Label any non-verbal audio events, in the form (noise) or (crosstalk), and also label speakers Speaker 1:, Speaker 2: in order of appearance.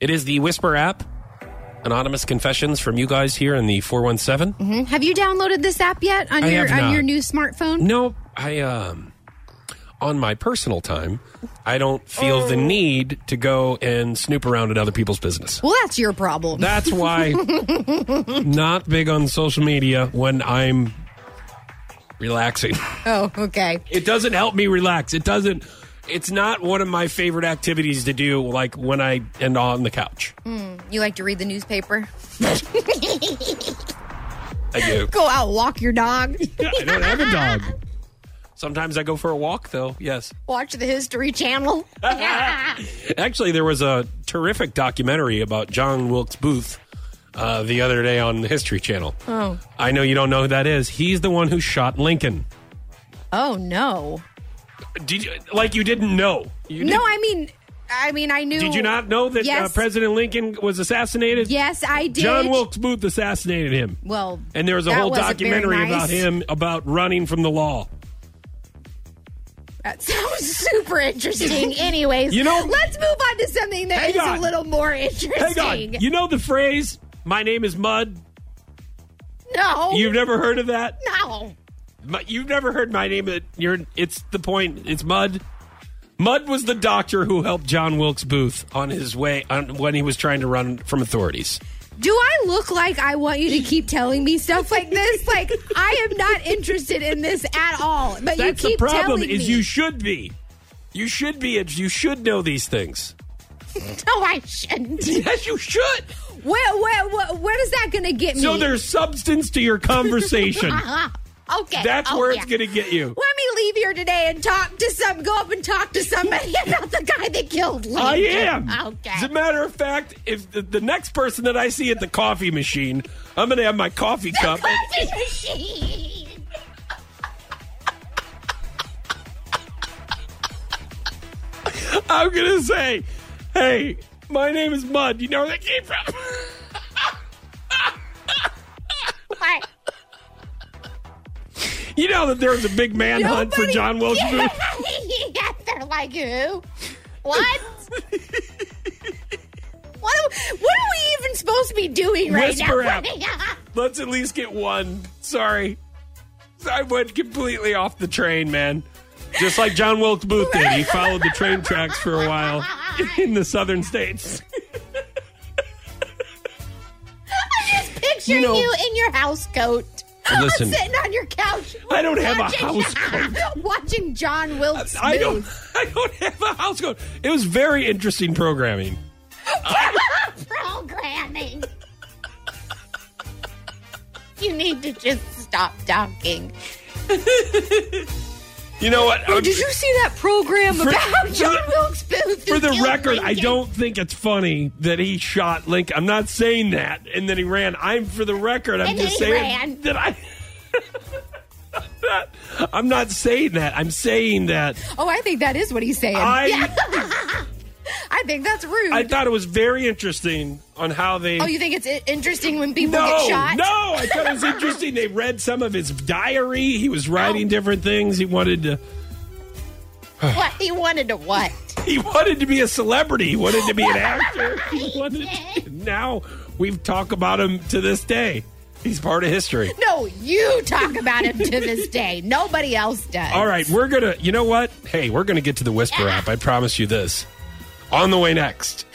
Speaker 1: It is the Whisper app. Anonymous confessions from you guys here in the 417.
Speaker 2: Have you downloaded this app yet on
Speaker 1: I
Speaker 2: your
Speaker 1: have
Speaker 2: on
Speaker 1: not.
Speaker 2: your new smartphone?
Speaker 1: No, I um on my personal time, I don't feel the need to go and snoop around at other people's business.
Speaker 2: Well, that's your problem.
Speaker 1: That's why not big on social media when I'm relaxing.
Speaker 2: oh, okay.
Speaker 1: It doesn't help me relax. It doesn't it's not one of my favorite activities to do like when I end on the couch.
Speaker 2: You like to read the newspaper?
Speaker 1: I do.
Speaker 2: Go out, walk
Speaker 1: (laughs)
Speaker 2: your dog,
Speaker 1: I don't have a dog. (laughs) Sometimes I go for a walk though. Yes.
Speaker 2: watch the
Speaker 1: (laughs)
Speaker 2: History Channel.
Speaker 1: Actually, there was a terrific documentary about John Wilkes Booth uh, the other day on the History Channel.
Speaker 2: Oh.
Speaker 1: I know you don't know who that is. He's the one who shot Lincoln.
Speaker 2: Oh no.
Speaker 1: Did you, like you didn't know? You
Speaker 2: No, I mean, I mean, I knew.
Speaker 1: Did, did you not know that
Speaker 2: Yes.
Speaker 1: uh, President Lincoln was assassinated?
Speaker 2: Yes, I did.
Speaker 1: John Wilkes Booth assassinated him.
Speaker 2: Well,
Speaker 1: And there was a
Speaker 2: that
Speaker 1: whole
Speaker 2: wasn't very
Speaker 1: documentary
Speaker 2: nice.
Speaker 1: about him about running from the law.
Speaker 2: That sounds
Speaker 1: (laughs)
Speaker 2: super interesting. Anyways,
Speaker 1: You know-
Speaker 2: let's move on to something that
Speaker 1: Hang
Speaker 2: is
Speaker 1: on.
Speaker 2: a little more interesting.
Speaker 1: Hang on. You know the phrase, my name is Mud?
Speaker 2: no,
Speaker 1: You've never heard of that?
Speaker 2: no.
Speaker 1: My, you've never heard my name. It, you're, it's the point. It's Mud. Mud was the doctor who helped John Wilkes Booth on his way on, when he was trying to run from authorities.
Speaker 2: Do I look like I want you to keep telling me stuff like this? like I am not interested in this at all. But
Speaker 1: That's
Speaker 2: you
Speaker 1: the
Speaker 2: keep
Speaker 1: problem.
Speaker 2: telling
Speaker 1: Is
Speaker 2: me.
Speaker 1: you should be. You should be. You should know these things.
Speaker 2: (laughs)
Speaker 1: (laughs)
Speaker 2: no, I shouldn't.
Speaker 1: Yes, you should.
Speaker 2: Where, where, where, where is that going to get me?
Speaker 1: So there's substance to your
Speaker 2: (laughs)
Speaker 1: conversation.
Speaker 2: Ah, okay.
Speaker 1: That's
Speaker 2: Oh,
Speaker 1: where
Speaker 2: yeah.
Speaker 1: it's going to get you.
Speaker 2: Let me leave here today and talk to some. Go up and talk to somebody (laughs) about the guy that killed Lincoln.
Speaker 1: I am.
Speaker 2: Okay.
Speaker 1: As a matter of fact, if the, the next person that I see at the coffee machine, I'm going to have my coffee
Speaker 2: (laughs)
Speaker 1: cup. and-
Speaker 2: Coffee machine.
Speaker 1: I'm gonna say, hey, my name is Mud. You know where that came from? (laughs)
Speaker 2: What?
Speaker 1: You know that there was a big manhunt for
Speaker 2: Nobody-
Speaker 1: John
Speaker 2: (laughs)
Speaker 1: Wilkes
Speaker 2: yeah,
Speaker 1: Booth.
Speaker 2: yeah, they're like who? What? what, are, what are we even supposed to be doing right
Speaker 1: Whisper
Speaker 2: now?
Speaker 1: app.
Speaker 2: (laughs)
Speaker 1: Let's at least get one. Sorry, I went completely off the train, man. Just like John Wilkes Booth did, he followed the train tracks for a while in the southern states.
Speaker 2: Picturing you,
Speaker 1: know-
Speaker 2: in your house coat. (laughs)
Speaker 1: Listen.
Speaker 2: sitting on your couch.
Speaker 1: I don't have a
Speaker 2: watching-
Speaker 1: housecoat.
Speaker 2: (laughs) watching John Wilkes
Speaker 1: I don't,
Speaker 2: Booth.
Speaker 1: I don't have a house code. It was very interesting programming.
Speaker 2: (laughs) programming. you need to just stop talking.
Speaker 1: You know what?
Speaker 2: Did you see that program
Speaker 1: For-
Speaker 2: about
Speaker 1: for
Speaker 2: John
Speaker 1: the-
Speaker 2: Wilkes Booth? who
Speaker 1: for the
Speaker 2: killed
Speaker 1: record, I
Speaker 2: Lincoln?
Speaker 1: don't think it's funny that he shot Lincoln. I'm not saying that. And then he ran. I'm for the record. I'm
Speaker 2: And
Speaker 1: just
Speaker 2: then he
Speaker 1: saying
Speaker 2: ran.
Speaker 1: that I. (laughs) I'm not saying that. I'm saying that
Speaker 2: Oh, I think that is what he's saying.
Speaker 1: I
Speaker 2: I think that's rude.
Speaker 1: I thought it was very interesting on how they.
Speaker 2: oh, you think it's i- interesting when people
Speaker 1: no,
Speaker 2: get shot?
Speaker 1: no! I thought it was interesting. They read some of his diary. He was
Speaker 2: Oh.
Speaker 1: writing different things. He wanted to.
Speaker 2: What he wanted to what?
Speaker 1: (laughs) He wanted to be a celebrity. He wanted to be an actor. He wanted to- now we've talked about him to this day. He's part of history.
Speaker 2: No, you talk about him to this day. Nobody else does.
Speaker 1: All right, we're gonna. You know what? Hey, we're gonna get to the Whisper app. I promise you this. On the way next.